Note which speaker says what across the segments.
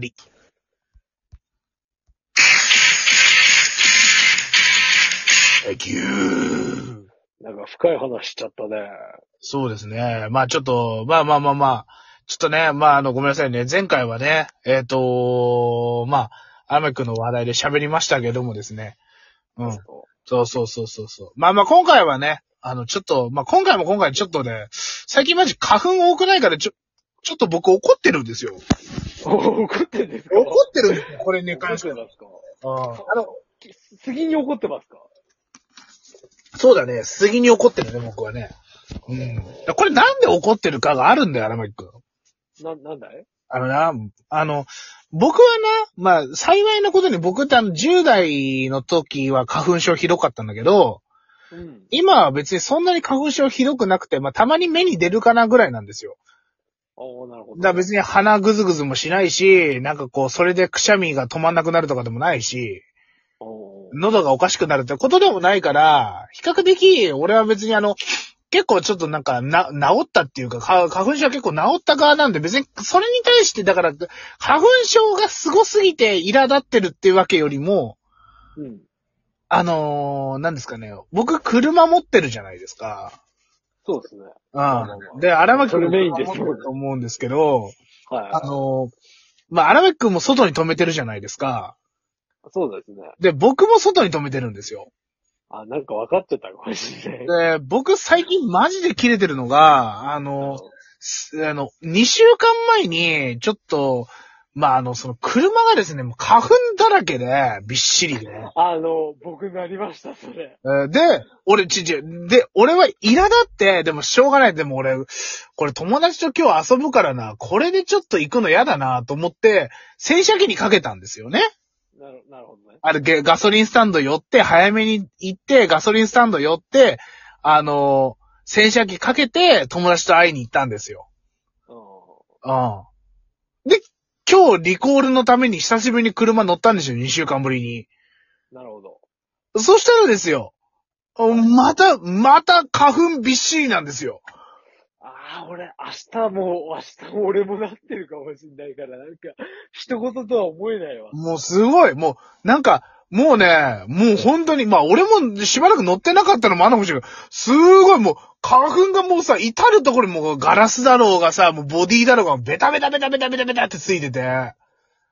Speaker 1: あり
Speaker 2: なんか深い話しちゃったね。
Speaker 1: そうですね。まあちょっと、まあまあまあまあ、ちょっとね、まああの、ごめんなさいね。前回はね、えっ、とまあ、アメ君の話題で喋りましたけどもですね。うん。そうそうそうそうそう。まあまあ今回はね、あの、ちょっと、まあ今回も今回ちょっとね、最近マジ花粉多くないから、ちょ、ちょっと僕怒ってるんですよ。
Speaker 2: お怒ってんですか
Speaker 1: 怒ってるんですよ、これに
Speaker 2: 怒
Speaker 1: 関
Speaker 2: っ
Speaker 1: して
Speaker 2: て
Speaker 1: は。
Speaker 2: ますか
Speaker 1: うん。
Speaker 2: あの、き杉に怒ってますか
Speaker 1: そうだね、杉に怒ってるね、僕はね。うん。これなんで怒ってるかがあるんだよ、荒牧君。
Speaker 2: な、なんだい
Speaker 1: あのな、あの、僕はな、まあ、幸いなことに僕ってあの、10代の時は花粉症ひどかったんだけど、
Speaker 2: うん。
Speaker 1: 今は別にそんなに花粉症ひどくなくて、まあ、たまに目に出るかなぐらいなんですよ。
Speaker 2: ああ、なるほ
Speaker 1: だ
Speaker 2: ど。
Speaker 1: から別に鼻ぐずぐずもしないし、なんかこう、それでくしゃみが止まんなくなるとかでもないし、
Speaker 2: おー
Speaker 1: 喉がおかしくなるってことでもないから、比較的、俺は別にあの、結構ちょっとなんか、な、治ったっていうか、か花粉症は結構治った側なんで、別に、それに対して、だから、花粉症が凄すすぎて苛立ってるっていうわけよりも、
Speaker 2: うん。
Speaker 1: あのー、なんですかね、僕車持ってるじゃないですか。
Speaker 2: そうですね。
Speaker 1: うん。で、荒牧君
Speaker 2: それメインですよ
Speaker 1: 持ってると思うんですけど、あ
Speaker 2: は
Speaker 1: のー、まあ、荒牧君も外に止めてるじゃないですか。
Speaker 2: い。そうですね。
Speaker 1: で、僕も外に止めてるんですよ。
Speaker 2: あ、なんか分かっちゃったかもしれない。
Speaker 1: で、僕最近マジで切れてるのが、あの、すあの、2週間前に、ちょっと、まあ、あの、その車がですね、もう花粉だらけで、びっしりで。
Speaker 2: あの、僕なりました、それ。
Speaker 1: えーで、俺、ちち、で、俺は苛だって、でもしょうがない。でも俺、これ友達と今日遊ぶからな、これでちょっと行くの嫌だなと思って、洗車機にかけたんですよね。
Speaker 2: なる、なるほどね。
Speaker 1: あれ、ゲガソリンスタンド寄って、早めに行って、ガソリンスタンド寄って、あのー洗車機かけて、友達と会いに行ったんですよ。
Speaker 2: うん。
Speaker 1: うん。で、今日リコールのために久しぶりに車乗ったんですよ、2週間ぶりに。
Speaker 2: なるほど。
Speaker 1: そしたらですよ、また、また花粉びっしりなんですよ。
Speaker 2: ああ、俺、明日も、明日も俺もなってるかもしれないから、なんか、一言とは思えないわ。
Speaker 1: もうすごい、もう、なんか、もうね、もう本当に、まあ俺もしばらく乗ってなかったのもあるのかもしれないけど、すごいもう、花粉がもうさ、至るところにもうガラスだろうがさ、もうボディだろうが、ベタベタベタベタベタベタってついてて。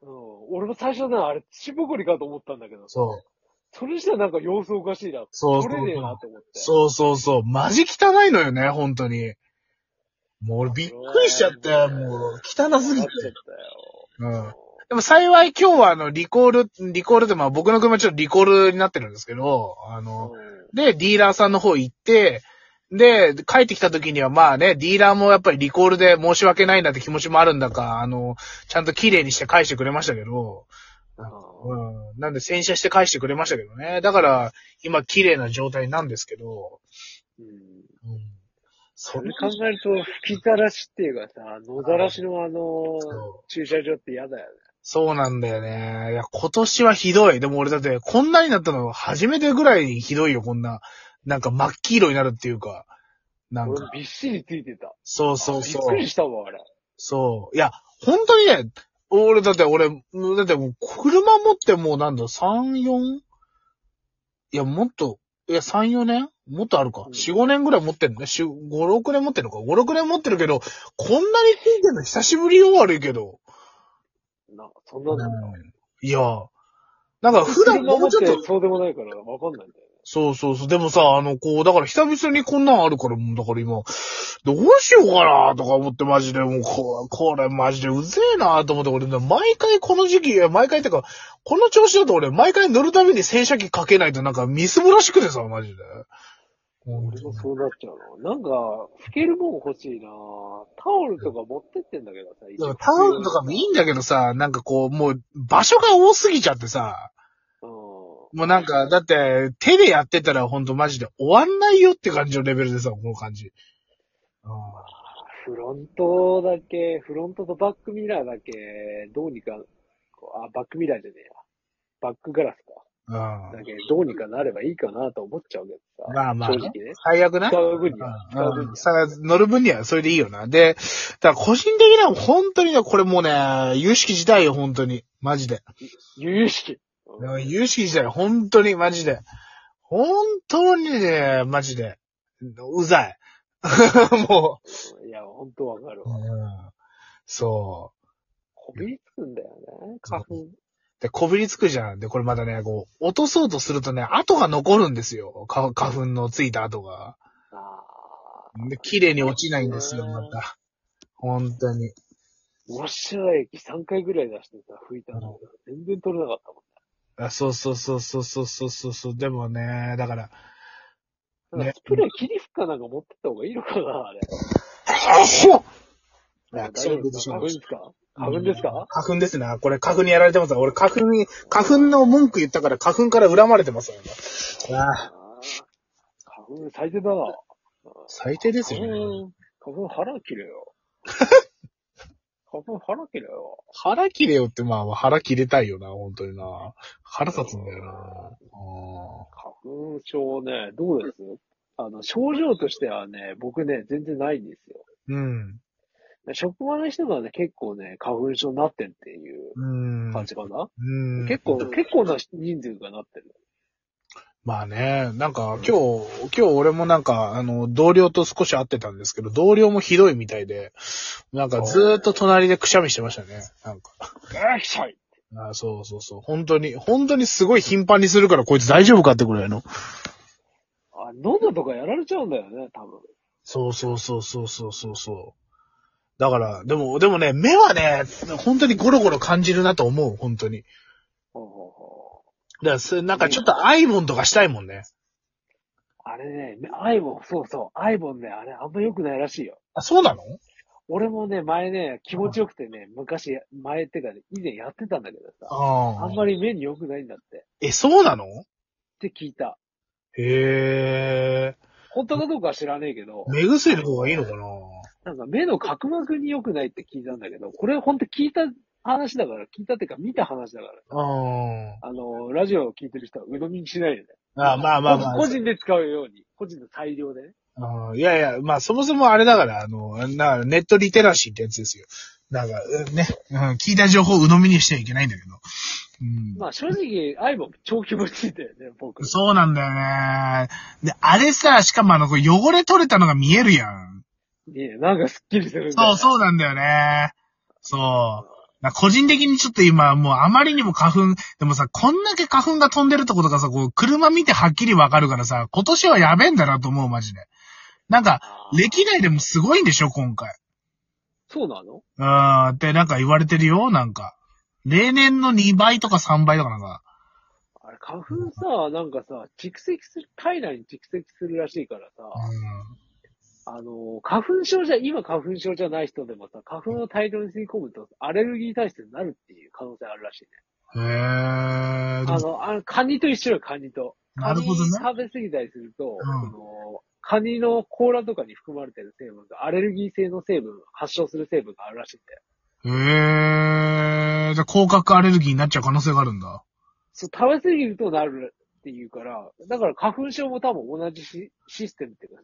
Speaker 2: うん。俺も最初な、あれ、土ぼこりかと思ったんだけど、
Speaker 1: そう。
Speaker 2: それしたらなんか様子おかしいな。
Speaker 1: そうそ
Speaker 2: 取れねえな
Speaker 1: う。
Speaker 2: と思って。
Speaker 1: そうそうそう。マジ汚いのよね、本当に。もう俺びっくりしちゃって、もう、汚すぎて
Speaker 2: なっ。ちゃっ
Speaker 1: うん
Speaker 2: た。よ。
Speaker 1: でも幸い今日はあの、リコール、リコールで、まあ僕の車ちょっとリコールになってるんですけど、あの、で、ディーラーさんの方行って、で、帰ってきた時にはまあね、ディーラーもやっぱりリコールで申し訳ないなって気持ちもあるんだか、あの、ちゃんと綺麗にして返してくれましたけど、
Speaker 2: うん
Speaker 1: うん。なんで洗車して返してくれましたけどね。だから、今綺麗な状態なんですけど、
Speaker 2: うん
Speaker 1: うん。そ
Speaker 2: そ
Speaker 1: れ
Speaker 2: れ考えると、吹きざらしっていうかさ、野ざらしのあの
Speaker 1: そ、
Speaker 2: 駐車場って嫌だよね。
Speaker 1: そうなんだよね。いや、今年はひどい。でも俺だって、こんなになったの初めてぐらいにひどいよ、こんな。なんか真っ黄色になるっていうか。なん
Speaker 2: 俺
Speaker 1: か、
Speaker 2: びっしりついてた。
Speaker 1: そうそう
Speaker 2: び
Speaker 1: そ
Speaker 2: っ
Speaker 1: う。
Speaker 2: くりしたわ、あれ。
Speaker 1: そう。いや、本当にね、俺、だって俺、だってもう、車持ってもうなんだ、3、4? いや、もっと、いや、3、4年もっとあるか
Speaker 2: う。ん
Speaker 1: 4、5年ぐらい持ってるね。4 5、6年持ってるのか。5、6年持ってるけど、こんなについてんの久しぶりよ、悪いけど。
Speaker 2: な、そんなの。
Speaker 1: いや、なんか普段
Speaker 2: 車
Speaker 1: も
Speaker 2: 持
Speaker 1: う
Speaker 2: っ
Speaker 1: ちょっと
Speaker 2: て、そうでもないからわかんないんだよね。
Speaker 1: そうそうそう。でもさ、あの、こう、だから久々にこんなんあるから、もうだから今、どうしようかなとか思ってマジで、もうこ、これマジでうぜえなと思って、俺ね、毎回この時期、いや毎回ってか、この調子だと俺、毎回乗るために洗車機かけないとなんかみすぼらしくてさ、マジで。
Speaker 2: 俺もそうなっちゃうな。なんか、拭けるもん欲しいなタオルとか持ってってんだけどさ、一
Speaker 1: だから
Speaker 2: 応
Speaker 1: タオルとかもいいんだけどさ、なんかこう、もう、場所が多すぎちゃってさ、
Speaker 2: う
Speaker 1: もうなんか、だって、手でやってたらほんとマジで終わんないよって感じのレベルでさ、この感じ。うん
Speaker 2: ん。フロントだけ、フロントとバックミラーだけ、どうにか、あ、バックミラーじゃねえや。バックガラスか。
Speaker 1: ううん。ま
Speaker 2: だけど、どうにかなればいいかなと思っちゃうけどさ。
Speaker 1: あまあ
Speaker 2: 正、直ね。
Speaker 1: 最悪な。
Speaker 2: 使う分には。使う分に
Speaker 1: う
Speaker 2: は
Speaker 1: ん。。さ、乗る分にはそれでいいよな。で、だから個人的な、本当にね、これもうね、有識自体よ、本当に。マジで。
Speaker 2: 由々しき。
Speaker 1: うん有識自体、本当に、マジで。本当にね、マジで。うざい。 も
Speaker 2: いや、ほんとわかる
Speaker 1: う、
Speaker 2: わ。
Speaker 1: うんそ
Speaker 2: こびりつくんだよね、花粉。
Speaker 1: う。で、こびりつくじゃん。で、これまたね、こう、落とそうとするとね、跡が残るんですよ。花花粉のついた跡が。
Speaker 2: ああ。
Speaker 1: で、綺麗に落ちないんですよ、また。本当に。
Speaker 2: ウォッシュア液3回ぐらい出してさ、拭いたの。全然取れなかったもん。
Speaker 1: あそうそうそうそうそうそうそうそう。でもね、だから、
Speaker 2: だから
Speaker 1: ね
Speaker 2: スプレー霧吹くかなんか持ってった方がいいのかな、あれ。
Speaker 1: あほっ
Speaker 2: 大
Speaker 1: ね
Speaker 2: 丈夫ですか花粉ですか花粉ですか
Speaker 1: 花粉ですな。これ花粉にやられてますわ。俺花粉に、花粉の文句言ったから花粉から恨まれてますわ今ああ、
Speaker 2: あー花粉最低だな。
Speaker 1: 最低ですよね。
Speaker 2: 花粉、花粉腹切れ よ。花粉腹切れよ。
Speaker 1: 腹切れよって、まあ腹切れたいよな、本当にな。腹立つんだよな。あ
Speaker 2: 花粉症ね、どうですあの、症状としてはね、僕ね、全然ないんですよ。
Speaker 1: ーうん。
Speaker 2: 職場の人がね、結構ね、花粉症になってるっていう
Speaker 1: うん。
Speaker 2: 感じかな、
Speaker 1: うん。
Speaker 2: 結構、結構な人数がなってる。
Speaker 1: まあね、なんか今日、今日俺もなんか、あの、同僚と少し会ってたんですけど、同僚もひどいみたいで、なんかずーっと隣でくしゃみしてましたね。なんか。
Speaker 2: えー、ひさい
Speaker 1: あーそうそうそう。本当に、本当にすごい頻繁にするからこいつ大丈夫かってくらいの。
Speaker 2: あ、喉とかやられちゃうんだよね、多分。
Speaker 1: そうそうそうそうそうそうそう。だから、でも、でもね、目はね、本当にゴロゴロ感じるなと思う、本当に。
Speaker 2: ほうほうほ
Speaker 1: だからす、なんかちょっとアイボンとかしたいもんね。
Speaker 2: うあれね、アイボン、そうそう、アイボンね、あれあんま良くないらしいよ。
Speaker 1: あ、そうなの
Speaker 2: 俺もね、前ね、気持ちよくてね、昔、前ってかね、以前やってたんだけどさ、
Speaker 1: あ
Speaker 2: あん
Speaker 1: あ。
Speaker 2: まり目に良くないんだって、
Speaker 1: え、そうなの
Speaker 2: って聞いた。
Speaker 1: へえ。
Speaker 2: 本当かどうかは知らねえけど、
Speaker 1: 目薬の方がいいのかな
Speaker 2: なんか目の角膜に良くないって聞いたんだけど、これ本当聞いた話だから、聞いたっていうか見た話だから、
Speaker 1: うん。
Speaker 2: あの、ラジオを聞いてる人は鵜呑みにしないよね。
Speaker 1: あまあまあまあ。
Speaker 2: 個人で使うように、個人の裁量でね。
Speaker 1: うんいやいや、まあそもそもあれだから、あの、なネットリテラシーってやつですよ。なんか、うんね、うん、聞いた情報を鵜呑みにしちゃいけないんだけど。うん。
Speaker 2: まあ正直、アイボン超気持ちいいんだよね、僕。
Speaker 1: そうなんだよね。で、あれさ、しかもあの、こう汚れ取れたのが見えるやん。
Speaker 2: ねなんかスッキリするんだよ
Speaker 1: そう、そうなんだよね。そう。な個人的にちょっと今、もうあまりにも花粉、でもさ、こんだけ花粉が飛んでるとことかさ、こう、車見てはっきりわかるからさ、今年はやべえんだなと思う、マジで。なんか、
Speaker 2: あー
Speaker 1: 歴代でもすごいんでしょ、今回。
Speaker 2: そうなの
Speaker 1: うーん、ってなんか言われてるよ、なんか。例年の2倍とか3倍とかなんか。
Speaker 2: あれ、花粉さ、なんかさ、蓄積する、体内に蓄積するらしいからさ、あの、花粉症じゃ、今花粉症じゃない人でもさ、花粉を大量に吸い込むと、アレルギー体質になるっていう可能性あるらしいね。
Speaker 1: うん。へー。で
Speaker 2: あ
Speaker 1: も
Speaker 2: の、あのカニと一緒よ、カニと。
Speaker 1: なるほどね。
Speaker 2: カニ食べ過ぎたりする
Speaker 1: う
Speaker 2: と、
Speaker 1: ん
Speaker 2: そのカニの甲羅とかに含まれてる成分が、アレルギー性の成分、発症する成分があるらしいんだよ。
Speaker 1: へー。じゃあ、広角アレルギーになっちゃう可能性があるんだ。
Speaker 2: そう、食べ過ぎるとなるっていうから、だから花粉症も多分同じシシステムっていうか、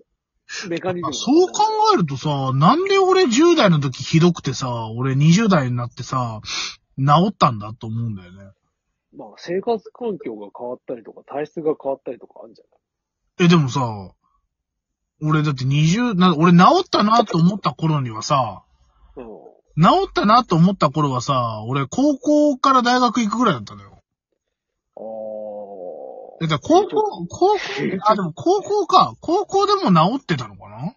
Speaker 2: メカニズム
Speaker 1: あ
Speaker 2: だと
Speaker 1: そ
Speaker 2: 思
Speaker 1: う考えるとさ、なんで俺10代の時ひどくてさ、俺20代になってさ、治ったんだと思うんだよね。
Speaker 2: まあ、生活環境が変わったりとか、体質が変わったりとかあるんじゃない
Speaker 1: え、でもさ、俺だって20、な俺治ったなと思った頃にはさ、
Speaker 2: うん。
Speaker 1: 治ったなと思った頃はさ、俺高校から大学行くぐらいだったのよ。
Speaker 2: あ
Speaker 1: えだから高校、高校、あ、でも高校か。高校でも治ってたのかな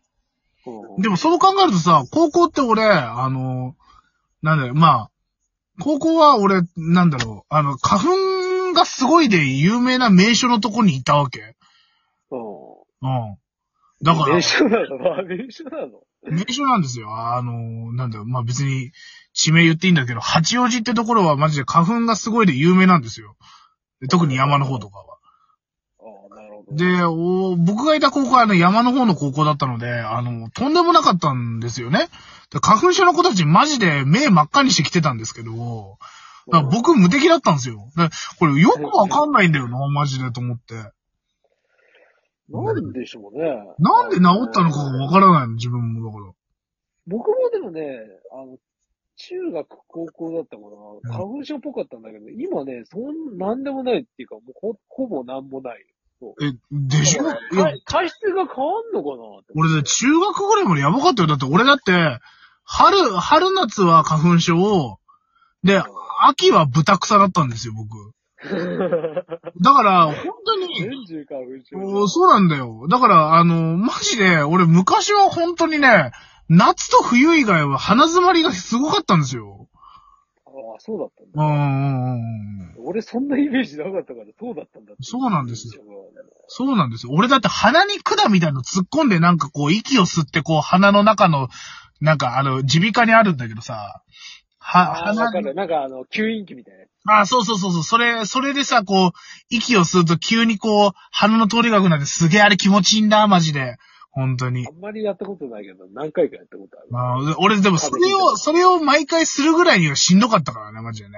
Speaker 2: ーうん
Speaker 1: でもそう考えるとさ、高校って俺、あの、なんだよ、まあ、高校は俺、なんだろう、あの、花粉がすごいで有名な名所のとこにいたわけ。
Speaker 2: う
Speaker 1: うん。だから、
Speaker 2: ん。名
Speaker 1: 名所
Speaker 2: 所なのまあ、名所なの
Speaker 1: なんですよ。あの、なんだよ、まあ別に、地名言っていいんだけど、八王子ってところはマジで花粉がすごいで有名なんですよ。で特に山の方とかは。
Speaker 2: ああ、なるほど。
Speaker 1: で、お僕がいた高校は、ね、山の方の高校だったので、あの、とんでもなかったんですよね。で花粉症の子たちマジで目真っ赤にしてきてたんですけど、だから僕無敵だったんですよ。で、これよくわかんないんだよな、マジでと思って。
Speaker 2: なんでしょうね。
Speaker 1: なんで治ったのかがわからないの、自分もだから。
Speaker 2: 僕もでもね、あの、中学、高校だったから、花粉症っぽかったんだけど、今ね、そん、なんでもないっていうか、もうほほぼなんもない。
Speaker 1: え、でしょ
Speaker 2: だ
Speaker 1: い
Speaker 2: か
Speaker 1: や
Speaker 2: ら、体体質が変わんのかなって
Speaker 1: 俺ね、中学ぐらいまでやばかったよ。だって俺だって、春、春夏は花粉症を、で、秋は豚草だったんですよ、僕。だから、本当に、
Speaker 2: 年中花粉
Speaker 1: お
Speaker 2: 症。
Speaker 1: そうなんだよ。だから、あの、マジで、俺昔は本当にね、夏と冬以外は鼻詰まりがすごかったんですよ。
Speaker 2: ああ、そうだったん
Speaker 1: う
Speaker 2: だ。
Speaker 1: んうんうんうん。
Speaker 2: 俺そんなイメージなかったから、そうだったんだって
Speaker 1: そうなんです
Speaker 2: よ。
Speaker 1: そうなんですよ。俺だって鼻に管みたいの突っ込んでなんかこう息を吸ってこう鼻の中の、なんかあの、耳鼻科にあるんだけどさ、は、
Speaker 2: ああ、わ
Speaker 1: 鼻
Speaker 2: かる。なんかあの、吸引器みたいなやつ。
Speaker 1: あ、そうそうそうそう。それ、それでさ、こう、息を吸うと急にこう、鼻の通りが良くなって、すげえあれ気持ちいいんだ、マジで。本当に
Speaker 2: あ。んまりやったことないけど、何回かやったことある。
Speaker 1: まあ、で俺でもそれを、それを毎回するぐらいにはしんどかったからね、マジでね。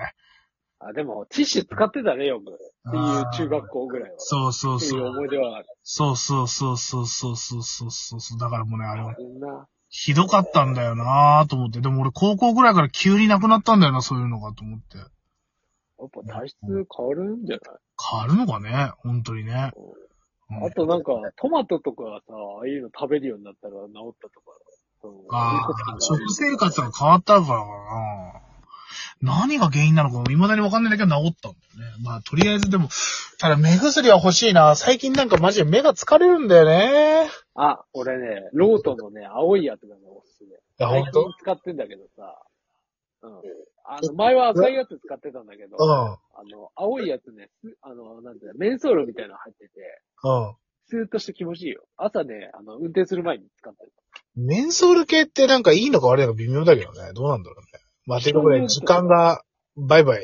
Speaker 2: あ、でも、ティッシュ使ってたね、よく。っていう
Speaker 1: あー
Speaker 2: 中学校ぐらいは。
Speaker 1: そうそう
Speaker 2: って
Speaker 1: そ
Speaker 2: いう
Speaker 1: う。
Speaker 2: 思い出はある。
Speaker 1: そうそうそうそうそうそうそうそうそう。だからもうね、あれは、
Speaker 2: みんな。
Speaker 1: ひどかったんだよなぁと思って。でも俺高校ぐらいから急になくなったんだよな、そういうのがと思って。
Speaker 2: やっぱ体質変わるんじゃない、
Speaker 1: 変わるのかね、本当にね。うん
Speaker 2: あとなんか、トマトとかさ、ああいうの食べるようになったら治ったとか。そう
Speaker 1: ああ、
Speaker 2: そう
Speaker 1: 食
Speaker 2: いうこと
Speaker 1: 生活が変わったからかな。何が原因なのかも未だにわかんないんだけど治ったんだよね。まあ、とりあえずでも、ただ目薬は欲しいな。最近なんかマジで目が疲れるんだよね。
Speaker 2: あ、俺ね、ロートのね、青いやつがね、おすすめ。
Speaker 1: いや、ほん
Speaker 2: 最
Speaker 1: と
Speaker 2: 近使ってんだけどさ。うん。あの、前は赤いやつ使ってたんだけど、あの、青いやつね、すあの、なんていうの、メンソールみたいなの入ってて、
Speaker 1: うん。うん。
Speaker 2: スーッとして気持ちいいよ。朝ね、あの、運転する前に使ってる。
Speaker 1: メンソール系ってなんかいいのか悪いのか微妙だけどね。どうなんだろうね。まあ、てかこれ時間が、バイバイ。